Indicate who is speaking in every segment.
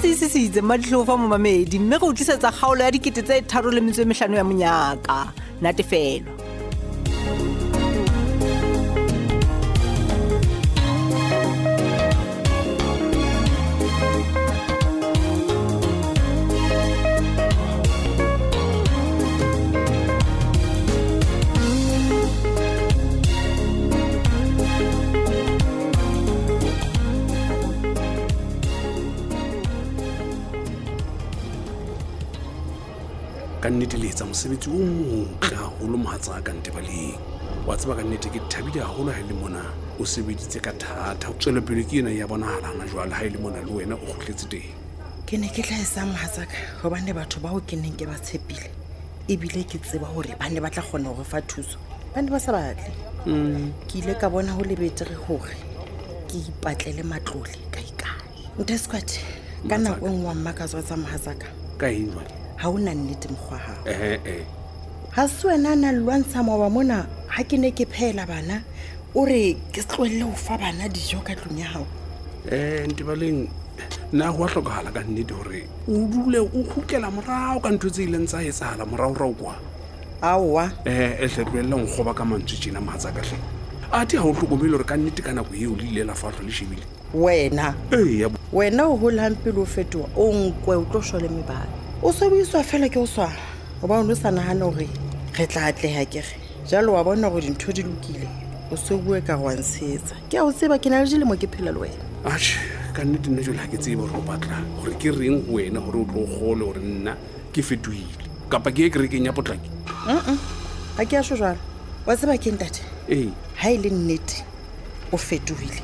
Speaker 1: setse isisitse maditlhofa mo mamedi mme go tlisetsa kgaolo ya dikete tse tharo le metso e metlhano ya monyaka natefelo
Speaker 2: ka nnete le etsa mosebetsi o motle haholo mohatsa ka ntebaleng wa tseba ka nnete ke thabile haholo ha e le mona o sebeditse ka thata tswelopele ke ena ya bonahala hana jwale ha e le mona le wena o kgotletse teng
Speaker 3: ke ne ke e tlhaesang mohatsaka gobane batho bao ke neng ke ba tshepile ebile ke tseba gore ba ne ba tla kgona go fa thuso ba ne ba sa batle ke ile ka bona go lebetere gore ke ipatlele matlole kaekae nte squat e ka nako e ngwa mmaka tswa tsa mohatsaka
Speaker 2: ka eng jwale
Speaker 3: ga o na nnete mokgwa gago
Speaker 2: ee
Speaker 3: ga se wena a na lwantsha maoba mona ga ke ne ke phela bana o re ke se tlohelle go fa bana dijo ka tlong ya gago
Speaker 2: um ntebaleng nna go a tlhokahala ka nnete gore o dule o kgutlela morao ka ntho tse ileng tsa etsahala moraorao kwa
Speaker 3: aowa
Speaker 2: um e tletloelela nkgoba ka mantswe tjena mohatsaka hle ate ha o tlhokomele gore ka nnete ka nako eo le ile la fatlho le shebile
Speaker 3: wena
Speaker 2: ee
Speaker 3: wena o golampele o fetoga o nkwe o tlo shole mebala o sobeiswa fela ke o swana goba o ne o sa nagane gore re tla atlega kere jalo wa bona gore dintho di lokile o se bue ka gwantshetsa ke a o tseba ke na le dilemo ke phela le wena
Speaker 2: ashe ka nnete nna jole ga ke tsebe gore o batla gore ke reng ho wena gore o tlo gole gore nna ke fetoile kapa ke e kerekeng ya potlaki
Speaker 3: ga ke a sho jalo wa tseba ke eng tate
Speaker 2: ee
Speaker 3: ga e le nnete o fetogile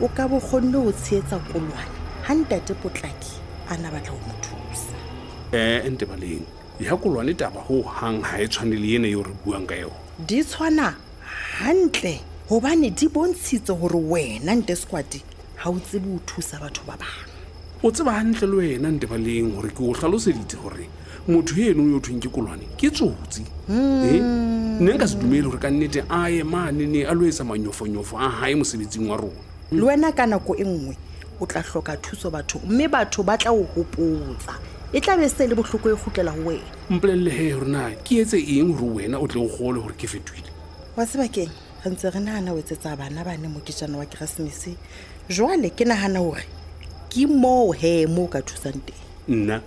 Speaker 3: o ka bo kgonne go tsheetsa kolwane ga ntate potlaki a na batla go mo thusa
Speaker 2: um entebaleng ya kolwane taba go hang ha e tshwane le ena yo re buang ka yone
Speaker 3: di tshwana gantle gobane di bontshitse gore wena nte sekwati ga o tsebe o thusa batho ba bangwe
Speaker 2: o tseba gantle le wena ntebaleng gore ke o tlhaloseditse gore motho eno yo thweng ke kolwane ke tsotsi Eh, ne nka se dumele gore ka nnete a ye mane ne a lo etsa manyofonyofo a hae mosebetsing wa rona
Speaker 3: le wena ka nako e nngwe o tla tlhoka thuso batho mme batho ba tla o gopotsa e tla be se le botlhoko e gotlela go wena
Speaker 2: mpolelele he gore na ke etse eng gore wena o tle o gole gore ke fetoile
Speaker 3: wa sebakeng re ntse re nagana o etsetsa bana bane mokejana wa keresemese jwale ke nagana gore ke moo he mo o ka thusang teng
Speaker 2: nna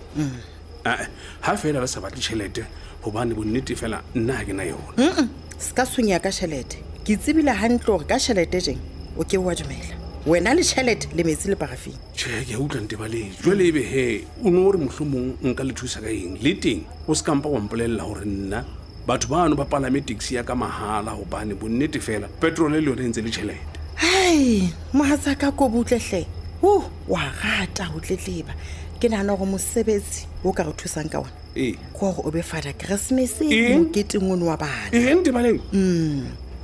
Speaker 2: Ah, ha fela ba sa batle tšhelete gobane bonnete fela nna ga ke na
Speaker 3: Hmm?
Speaker 2: yona
Speaker 3: se ka tshwenya ka tšhelete ke tsebile gantle gore ka tšhelete jeng o ke wa dumela wena le tšhelete le metsi le parafeng
Speaker 2: tšhe ke a utlwa ntebaleng jale ebe e he o ne ore mohlomong nka le thusa ka eng le teng o se kampa wampolelela gore nna batho bano ba palame taxi ya ka mahala gobane bonnete fela petrole le yone e ntse le tšhelete
Speaker 3: hai mohatsa ka kobo utletle o wa rata go tletleba ke nagana gore mosebetsi o ka re thusang ka ona
Speaker 2: ee
Speaker 3: ke wa gore o be fada keresemese
Speaker 2: Eng?
Speaker 3: moketeng one wa bana
Speaker 2: ee ntebaleng
Speaker 3: Hmm,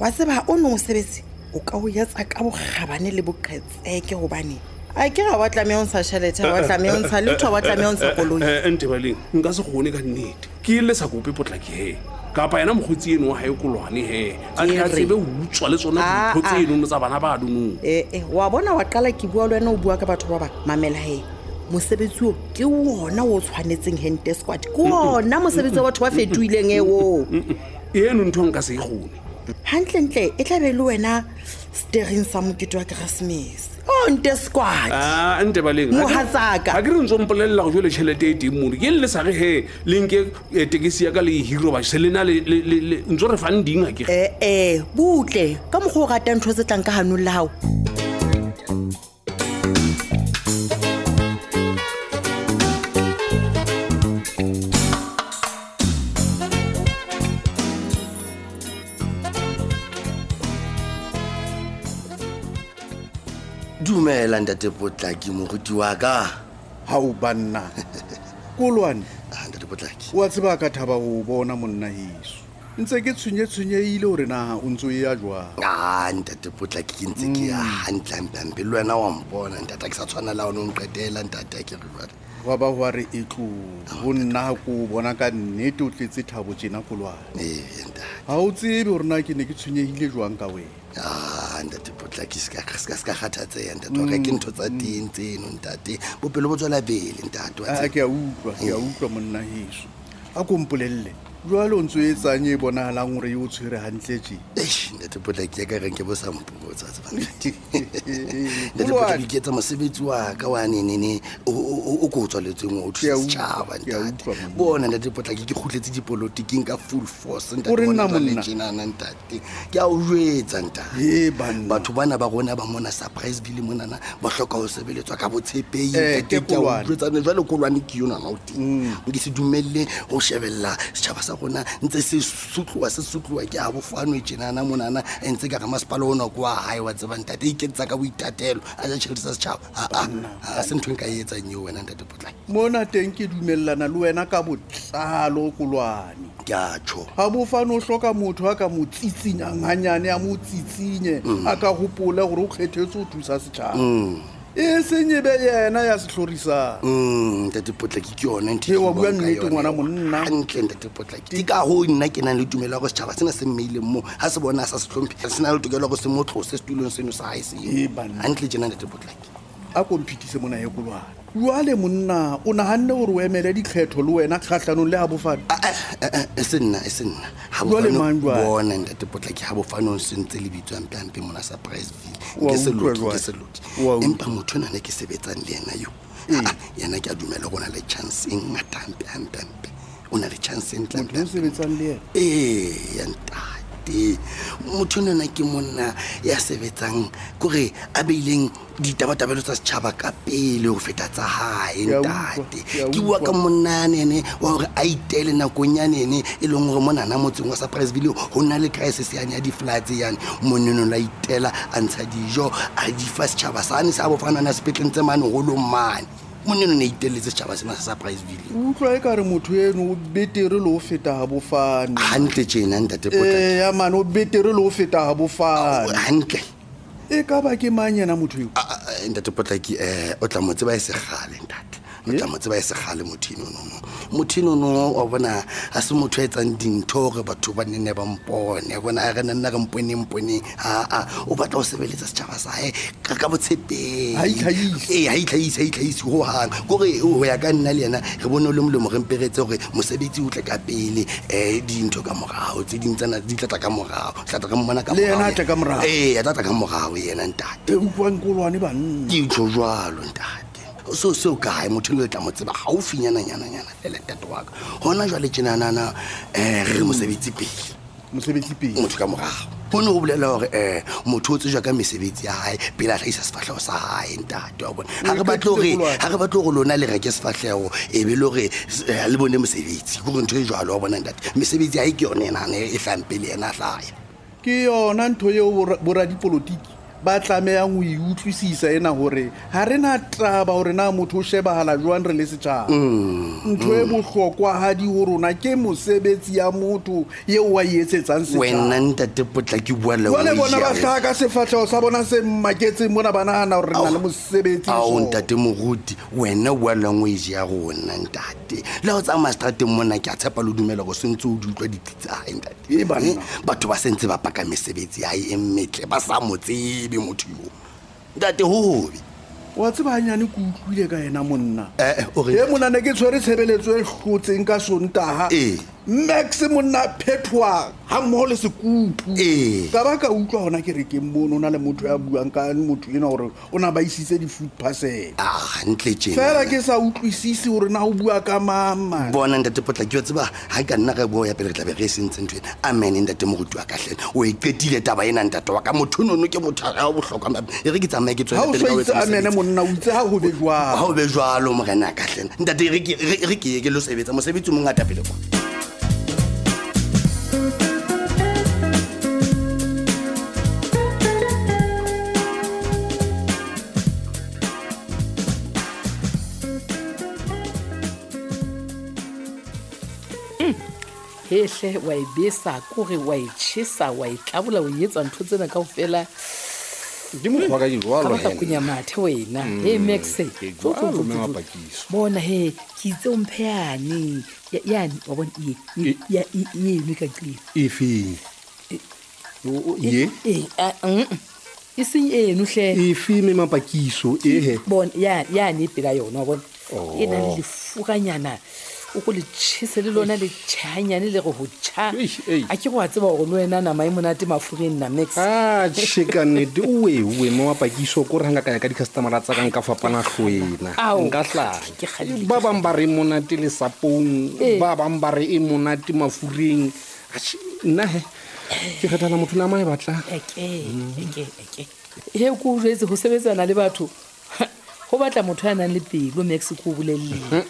Speaker 3: wa tseba o neng o sebetse o ka o etsa ka bokgabane le boqhetseke gobane a ke ga wa tlameya o ntsha tšhelete ga wa tlameya o ntsha letho ga wa tlameya o ntsha koloi
Speaker 2: Eh, eh, ntebaleng nka se gone ka nnete ke ile sa kope potlaki he kapa ena mokgotsi eno wa gae kolwane he a tle a
Speaker 3: Ke re.
Speaker 2: tsebe ho utswa le tsona
Speaker 3: Ah,
Speaker 2: dintho tse
Speaker 3: ah.
Speaker 2: enono tsa bana ba donong
Speaker 3: ee Eh, wa bona wa qala ke bua le wena o bua ka batho ba bang mamela he mosebetsi o ke wona o tshwanetseng hente squad ke ona mosebetsi wa batho ba fetoileng eo
Speaker 2: eno ntho nka se e kgone
Speaker 3: gantlentle e tlabe le wena steering sa mokete wa keresemese o nte squad
Speaker 2: Ah, ntebaleng ha ke-
Speaker 3: Mohatsaka.
Speaker 2: ha ke re ntse mpolelela go jole tšhelete e teng mono ke le sage he le nke eh, tekesi ya ka le hiro ba se lena ntse re fang ding ha ke
Speaker 3: ee Eh, butle ka mokgwa o ratang ntho tse tlang ka ganong la gago
Speaker 4: dumela ntate potlaki moruti wa ka
Speaker 5: ga o banna kolwane
Speaker 4: Ah, ntate potlaki
Speaker 5: wa tseba ka thaba go bona monna heso ntse ke tshwenye-tshwenyeile gore na o ntse o ya jwang
Speaker 4: a Ah, ntate potlaki ke ntse ke ya gantlampeampe le wena wa mpona ntate ha ke sa tshwana le one o nqetela ntate a ke re jwale
Speaker 5: gwa ba gwa re e tlo go nna ko o bona ka nnete o tletse thabo tjena kolwane
Speaker 4: ee ntate
Speaker 5: ga o tsebe gore na ke ne ke tshwenyegile jwang ka wena
Speaker 4: a tsebang Ah, ntate potlaki se ka se ka- se ka kgathatseya ntate ore ke ntho tsa teng tseno ntate bophelo bo tswela pele ntate wa
Speaker 5: a
Speaker 4: tseba.
Speaker 5: ke a utlwa ke a utlwa monna heso a kompolelele jwale o ntse o etsang e bonagalang gore e o tshwere gantle je
Speaker 4: Eish, ntate potlaki ya ka reng ke bo sampotsa ntate potlaki
Speaker 5: Polwane.
Speaker 4: ke etsa mosebetsi wa ka wa nenene o- o o- o ko o tswaletsweng wa o
Speaker 5: Ke a
Speaker 4: thusa
Speaker 5: utlwa,
Speaker 4: setšhaba
Speaker 5: ke a
Speaker 4: ntate
Speaker 5: utlwa, monna.
Speaker 4: bona ntate potlaki ke kgutletse dipolotiking ka full force ntate,
Speaker 5: O re
Speaker 4: bona
Speaker 5: nna,
Speaker 4: jwale
Speaker 5: monna?
Speaker 4: tjenana, ntate ke a o jetsa ntate
Speaker 5: e banna
Speaker 4: batho bana ba rona ba mona surprise bile monana ba hloka ho sebeletswa ka
Speaker 5: Eh, ke Kolwane.
Speaker 4: botshepehiutlwetsane jwale kolwane ke yonana o teng ke se dumelle ho shebella setjhaba sa rona ntse se sutlowa se sutlowa ke a bofanwe tjenana monana e ntse ka re masepala ona ko wa hae wa tsebang ntate e iketsa ka boitatelo a ja tjhelete sa setjhaba Aa, ha se ntho e nka e etsang eo wena ntate potlaki
Speaker 5: mona teng ke dumelelana le wena ka botlalo kolwane
Speaker 4: ke a tjho
Speaker 5: ga bofane o tlhoka motho a ka mo tsitsinyang ganyane a mo tsitsinye a ka gopole gore o kgethetse o thusa setšhaba e senyebe yena ya setlhorisang
Speaker 4: Mm, ntate potlaki ke yone ntho e
Speaker 5: Hei, wa
Speaker 4: ke
Speaker 5: bua
Speaker 4: buang ka
Speaker 5: nnete
Speaker 4: yona
Speaker 5: ngwana
Speaker 4: eo.
Speaker 5: monna.
Speaker 4: hantle ntate potlaki ke ka hoo nna ke nang le tumelo ya gore setšhaba sena se mmeileng moo ga se bona a sa se tlhomphe se na le tokelo ya gore se motlose setulong seno sa gae
Speaker 5: Hei,
Speaker 4: seo
Speaker 5: banna.
Speaker 4: gantle jena ntate potlaki
Speaker 5: a komphitise mona e kolwane jale monna o naganne gore o emele dikgetho le wena kgatlhanong le abofane
Speaker 4: Ah, ah, ah, ah, e se nna e se nna Ha
Speaker 5: Jwale
Speaker 4: bofano-
Speaker 5: mang jwale?
Speaker 4: bona ntate potlaki ga bofanong se ntse lebitswang plampe mona sa priceville
Speaker 5: Wa
Speaker 4: ke se
Speaker 5: utlwa
Speaker 4: loki
Speaker 5: jwale?
Speaker 4: ke se loki
Speaker 5: Wa utlwa.
Speaker 4: empa motho o nane ke sebetsang le ena yo Ah, ah, yena ke a dumela go na le chance e ngatampeampeampe o na le chance e
Speaker 5: motho o
Speaker 4: ntlampeampe
Speaker 5: sebetsang le ena
Speaker 4: eya ntate motho onana ke monna ya sebetsang kore a beileng ditabatabelo tsa setšhaba ka pele ho feta tsa hae
Speaker 5: Ke a
Speaker 4: ntate
Speaker 5: utlwa, ke a
Speaker 4: ke bua ka
Speaker 5: utlwa.
Speaker 4: monanene wa gore a itele nakong yanene e leng gore monana motseng wa surpriseville go na le crisis yane ya di-flats yane monenong la itela a ntsha dijo a di fa setšhaba sane se a bofanane a sepetleng tse mane golong mane monenong a iteletse setšhaba sena sa surpriseville
Speaker 5: utlwa e ka re motho eno o betere le o feta ga bofane
Speaker 4: gantle tjena ntate Potlaki.
Speaker 5: eya mane o betere le o feta ga
Speaker 4: Ah,
Speaker 5: bofane
Speaker 4: hantle
Speaker 5: e ka ba ke mang yena motho eo
Speaker 4: Ah, ah, ah, ntate potlaki um o tla mo tseba e segale ntate o tla mo tseba e segale motho enonono motho enono wa bona ga se motho a etsang dintho gore batho ba nene ba mpone wa bona a re nanna re mponeng mponeng aa o batla go sebeletsa setšhaba sae ka ka botshepehi Eh, e
Speaker 5: Ha e itlhahise.
Speaker 4: ee ga itlhaise ga itlhaise gogang kore go ya ka nna le yena re bone o le molemo re mperetse gore mosebetsi o tle ka pele um dintho ka morago tse dingwe tsana di tlatla ka morago tlatla re mmona ka
Speaker 5: Le yena
Speaker 4: morao.
Speaker 5: a tle ka morao.
Speaker 4: ee a tlatla ka morago yena ntate
Speaker 5: e utlwang kolwane banna
Speaker 4: ke tjho jwalo ntate seo seo kae motho le tla mo tseba gaufinyananyananyana fela ntate wa ka gona jwale tjenanana um re re mosebetsi pele
Speaker 5: mosebetsi pele
Speaker 4: motho ka morago go ne go bolela gore um motho o tsejwa ka mesebetsi ya gae pele a tlhagisa sefatlhego sa gae ntate wa bone ga re batle gore- ha re batle gore lona le reke sefatlhego e be le gore le bone mosebetsi kore ntho e jalo wa bona ntate mesebetsi ya e ke yone enane e tlang pele ena a tlaya
Speaker 5: ke yona ntho eo bora- boradipolotiki ba tlameyang o e utlwisisa ena gore ga re na taba gore na motho o shebagala jwang re le setšhaba
Speaker 4: Mm,
Speaker 5: ntho e botlhokwagadi go rona ke mosebetsi ya motho yeo wa e etsetsang setšhaba
Speaker 4: wena ntate potla ke bua le
Speaker 5: jale bona ba
Speaker 4: wena.
Speaker 5: tlhaga ka sefatlhego sa bona se mmaketseng bona ba nagana gore re na le mosebetsi
Speaker 4: ao
Speaker 5: so.
Speaker 4: ntate moruti wena wa language ya rona ntate le go tsaya maseterateng mona ke a tshepa le o dumela go sentse o di utlwa ditsi tsae
Speaker 5: Ee, E banna.
Speaker 4: ntate Eh, batho ba sentse ba paka mesebetsi ya e mmetle ba sa mo tsebe motho yo ntate ho hobe
Speaker 5: wa tsebanyane ke utlwile ka ena monna
Speaker 4: Eh, o reng?
Speaker 5: e monane ke tshwere tshebeletso e tlotseng ka sontaga
Speaker 4: Ee.
Speaker 5: max monna phethoa ga mmogo le sekupu
Speaker 4: Ee.
Speaker 5: ka ba ka utlwa gona ke rekeng mono o na le motho ya buang ka motho ena gore o na ba isitse di-food parcel
Speaker 4: a Ah, ntle tjena
Speaker 5: fela ke sa utlwisise gore na o bua ka mama
Speaker 4: bona ntate potla ke yo tseba ga ka nna re boa ya pele re tlabe re e sentse ntho ena amene ntate moruti wa katlhena o e qetile taba ena ntate wa ka motho nono ke motho a botlhokwa e re ke tsamaye ke
Speaker 5: ga
Speaker 4: tswela
Speaker 5: o
Speaker 4: pele ka
Speaker 5: sa
Speaker 4: ho
Speaker 5: itse
Speaker 4: etsa
Speaker 5: amene
Speaker 4: mosebetsi.
Speaker 5: monna o itse ga gobe
Speaker 4: ga
Speaker 5: jwang
Speaker 4: o be jalo morena a katlena ntate e re ke- e re ke ye ke lo sebetsa mosebetsi o mongata pele kwa
Speaker 6: hehle wa e besa kore wa e tšhesa wa e tlabola o etsa ntho tsena kao fela
Speaker 7: ke mokgwa ka
Speaker 6: ka
Speaker 7: jalo
Speaker 6: baka kunyamathe wena he max
Speaker 7: ke jwalo, mema Pakiso.
Speaker 6: bona he ke itse o mpheyane Ya- yane wa bona e- e- ya- e- e- eno e ka qile ah,
Speaker 7: efeng ye
Speaker 6: ee e seng eno hle
Speaker 7: efe me mapakiso ehe
Speaker 6: Bona, ya- yane e pela yona wa bona
Speaker 7: Oh.
Speaker 6: e na le lefokanyana o ko letšhese le lona letšhanyane le go go tšha
Speaker 7: Eish, eish.
Speaker 6: a ke go a tseba gore le wena nama e monate mafureng na max
Speaker 7: atšhe ka Ah, nnete oeoe mo mapakiso ko ranga ka ya ka di-customera tsa ka nka fapana tlhoena
Speaker 6: Ao.
Speaker 7: nka tlala
Speaker 6: Ke Eh. kgadile.
Speaker 7: ba bangwe ba re e monate lesapong
Speaker 6: Ee.
Speaker 7: ba bangwe ba re e monate mafureng Atjhe, nnahe ke kgethana motho nama e batlang
Speaker 6: eke eke eke he ko o jetse go sebetsana le batho go batla motho ya nang le pelo max ko o
Speaker 7: Mhm.
Speaker 6: bolelele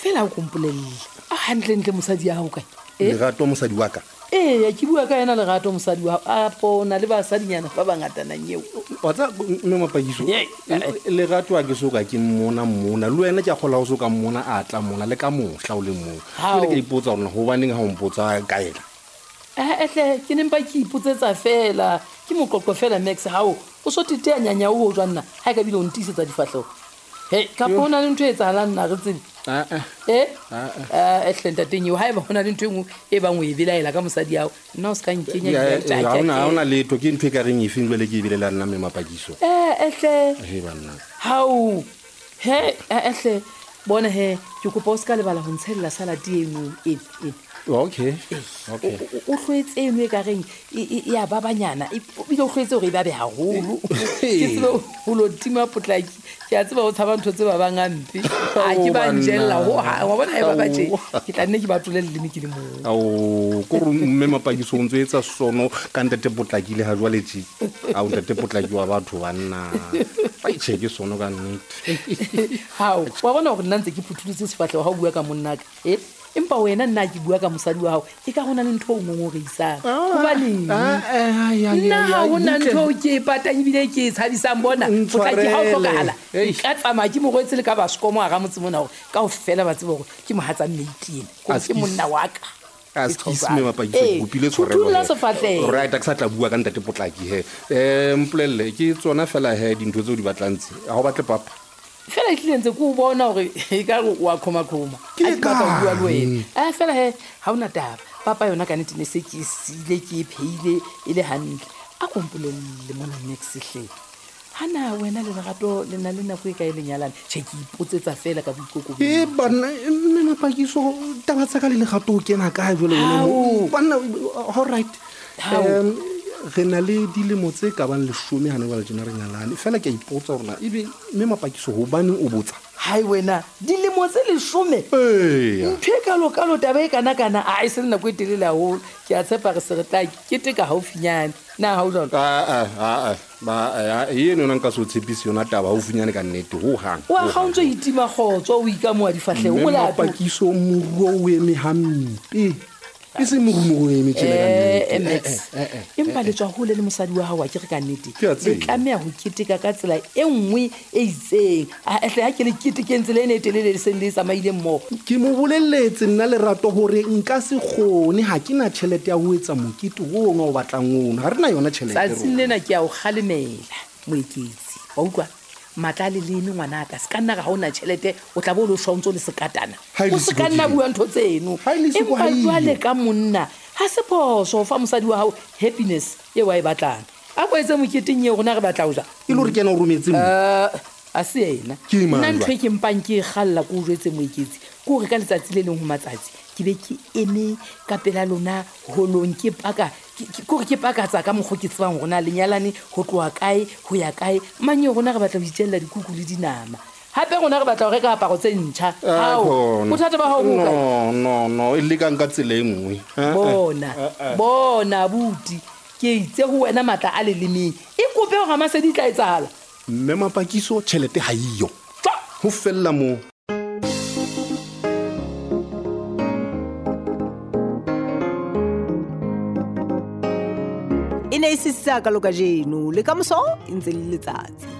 Speaker 6: fela o kompolelele a gantlentle mosadi ya gago kae Eh?
Speaker 7: lerato mosadi wa ka
Speaker 6: ee ke bua ka ena lerato mosadi wa gago apo na le basadinyana ba ba ngatanang eo
Speaker 7: watsa mme mapakiso
Speaker 6: Ye, ae.
Speaker 7: lerato a ke soka ke mmona mmona le wena ke a kgola go soka mmona a tla mona le ka mohla o le moo
Speaker 6: Hao.
Speaker 7: ele ka ipotsa gorena gobaneng ga o mpotsa ka ena
Speaker 6: ehle Eh, ke nempa ke ipotsetsa fela ke moqoqo fela max gao o so teteanyanya oo jwa nna ga e ka bile o ntiisetsa difatlhego he kapo o na le ntho e tsagalang nna re tsebe
Speaker 7: Ah-ah.
Speaker 6: e
Speaker 7: Ah,
Speaker 6: ehle ntateng eo ga e ba go na le ntho engwe e bang o e belaela ka mosadi ao nna o se ka nkenya
Speaker 7: Ya,
Speaker 6: ke
Speaker 7: eh,
Speaker 6: a
Speaker 7: ha
Speaker 6: ke-
Speaker 7: ona ha ona letho ke ntho e ka reng efeng jale ke e belela nna mme mapakiso
Speaker 6: Eh, ehle
Speaker 7: he banna
Speaker 6: gao he eh, ehle bona he ke kopa o se ka lebala go ntshelela salate engwe ene ene
Speaker 7: okay okay
Speaker 6: O- o tlhoetse eno e kareng e- e- e a babanyana E- ebile o tlhoetse gore e babe gagolo ke tsebe go lo tima potlaki ke a tseba go tshaba ntho tse ba bangampe a ke
Speaker 7: Oh,
Speaker 6: ba
Speaker 7: banna. Oh.
Speaker 6: njelela wa bona e babaje
Speaker 7: Ao.
Speaker 6: ke tla nne ke ba tlole leleme ke le moo
Speaker 7: ao kore mme mapakiso o ntse etsa sono ka ntete potlakile ga jwale je ao ntete potlaki wa batho banna aiche ke sono ka nnete
Speaker 6: gao wa bona gore nna ntse ke phutholotse sefatlhego ga o bua ka monnaka e empa wena nna ke bua ka mosadi wa gago e ka go na le ntho o ngongoreisang
Speaker 7: Ah,
Speaker 6: gobaneng
Speaker 7: eh,
Speaker 6: nna ga gona ntho o ke e patang ebile ke e tshadisang bona potlaki ga o
Speaker 7: Ntshwarele.
Speaker 6: tlhokagala
Speaker 7: Eish.
Speaker 6: ka tsamaya ke morwetse le ka basekomo aga motse mona gore kao fela ba tseba gore ke mogatsa mmeitiena gore ke
Speaker 7: Askis.
Speaker 6: monna wa ka
Speaker 7: askisme
Speaker 6: Ee,
Speaker 7: mapakisobopile
Speaker 6: ho thulla sefatlhego
Speaker 7: right a ke sa tla bua ka ntete potlaki he um mpolelele ke tsona fela he dintho tse o di batlantse ga o batle papa
Speaker 6: fela etlile ntse ko o bona gore e ka re wa kgomakgoma
Speaker 7: Ke
Speaker 6: a ke batla ho bua le wena
Speaker 7: kae?
Speaker 6: a fela he ga ona taba papa yona ka netene se ke e sile ke e pheile e le gantle a kompolelele mona maxetlhe ga na wena le lerato le na le nako e ka e lenyalane tšhe ke ipotsetsa fela ka boikokobong
Speaker 7: e banna mme mapakiso taba tsa ka le legato o kena kae jalo
Speaker 6: Ao.
Speaker 7: banna all right
Speaker 6: Ao.
Speaker 7: Em, re na le dilemo tse ka bang lesome gane jale tjena re nyalane fela ke a ipotsa gorena ebe mme mapakiso gobaneng o botsa
Speaker 6: hai wena dilemo tse lesome
Speaker 7: ee
Speaker 6: ntho e kalokalo taba e kana-kana a e se le nako e telele gagolo ke a tshepa re se re tla keteka gaufinyane na gao jalo
Speaker 7: Ah, eno yona nka se o tshepise yona taba gaufinyane ka nnete go gang
Speaker 6: oa ga o ntse o itima kgotso o ikamoa difatlhego o
Speaker 7: mme
Speaker 6: lato
Speaker 7: mapakiso moruo o eme gampe e se morumo o eme tjena ka nnete.
Speaker 6: Eh,
Speaker 7: Eh,
Speaker 6: max empa letswa gole le mosadi wa gago a kere ka nnete
Speaker 7: Ke a
Speaker 6: le
Speaker 7: tseba.
Speaker 6: tlameya go keteka ka tsela e nngwe e itseng atle ga ke le ketekeng tsela e ne e telele le seng le e tsamaile mmogo
Speaker 7: ke mo boleletse nna lerato gore nka se kgone ga ke na tšhelete ya go etsa mokete oo nga o batlang ono ga re na yona
Speaker 6: tsatsing
Speaker 7: tšhelete
Speaker 6: lena ke a o galemela moeketsi wa utlwa maatla a le leme ngwanaka se ka nna ga ga ona tšhelete o tla bo o le swantse o le sekatana
Speaker 7: Ha e le
Speaker 6: o se ka
Speaker 7: siko
Speaker 6: nna
Speaker 7: ke-
Speaker 6: bua ntho tseno
Speaker 7: Ha e le
Speaker 6: empa
Speaker 7: siko ha eyo.
Speaker 6: jwale ka monna ga se phoso ho fa mosadi wa gago happiness e wa e batlang a ko etse moketeng eo rona re batla o ja
Speaker 7: e le gore ke ena o rometse mo
Speaker 6: Eh, a se ena
Speaker 7: Ke mang
Speaker 6: nna ntho e
Speaker 7: jwale?
Speaker 6: ke mpang ke e galela ko o jetse moeketsi ke gore ka letsatsi le leng go matsatsi ke be ke eme ka pela lona holong ke paka kore ke pakatsa ka mokgwa o ke tsebang gona lenyalane go tloa kae go ya kae manye rona re batla go itselela dikuku le dinama gape rona re batla go reka aparo tse ntšha
Speaker 7: Eh,
Speaker 6: ao bothata ba gao bokae
Speaker 7: nonono e lekang ka tsela e nngwe Eh, eh.
Speaker 6: bona bona buti ke itse go wena maatla a le lemeng e kope go gamasedi tla e tsala
Speaker 7: mme mapakiso tšhelete ga eyo go felela moo
Speaker 1: e ne e sesitse a ka loka jeno le ka moso e ntse le letsatsi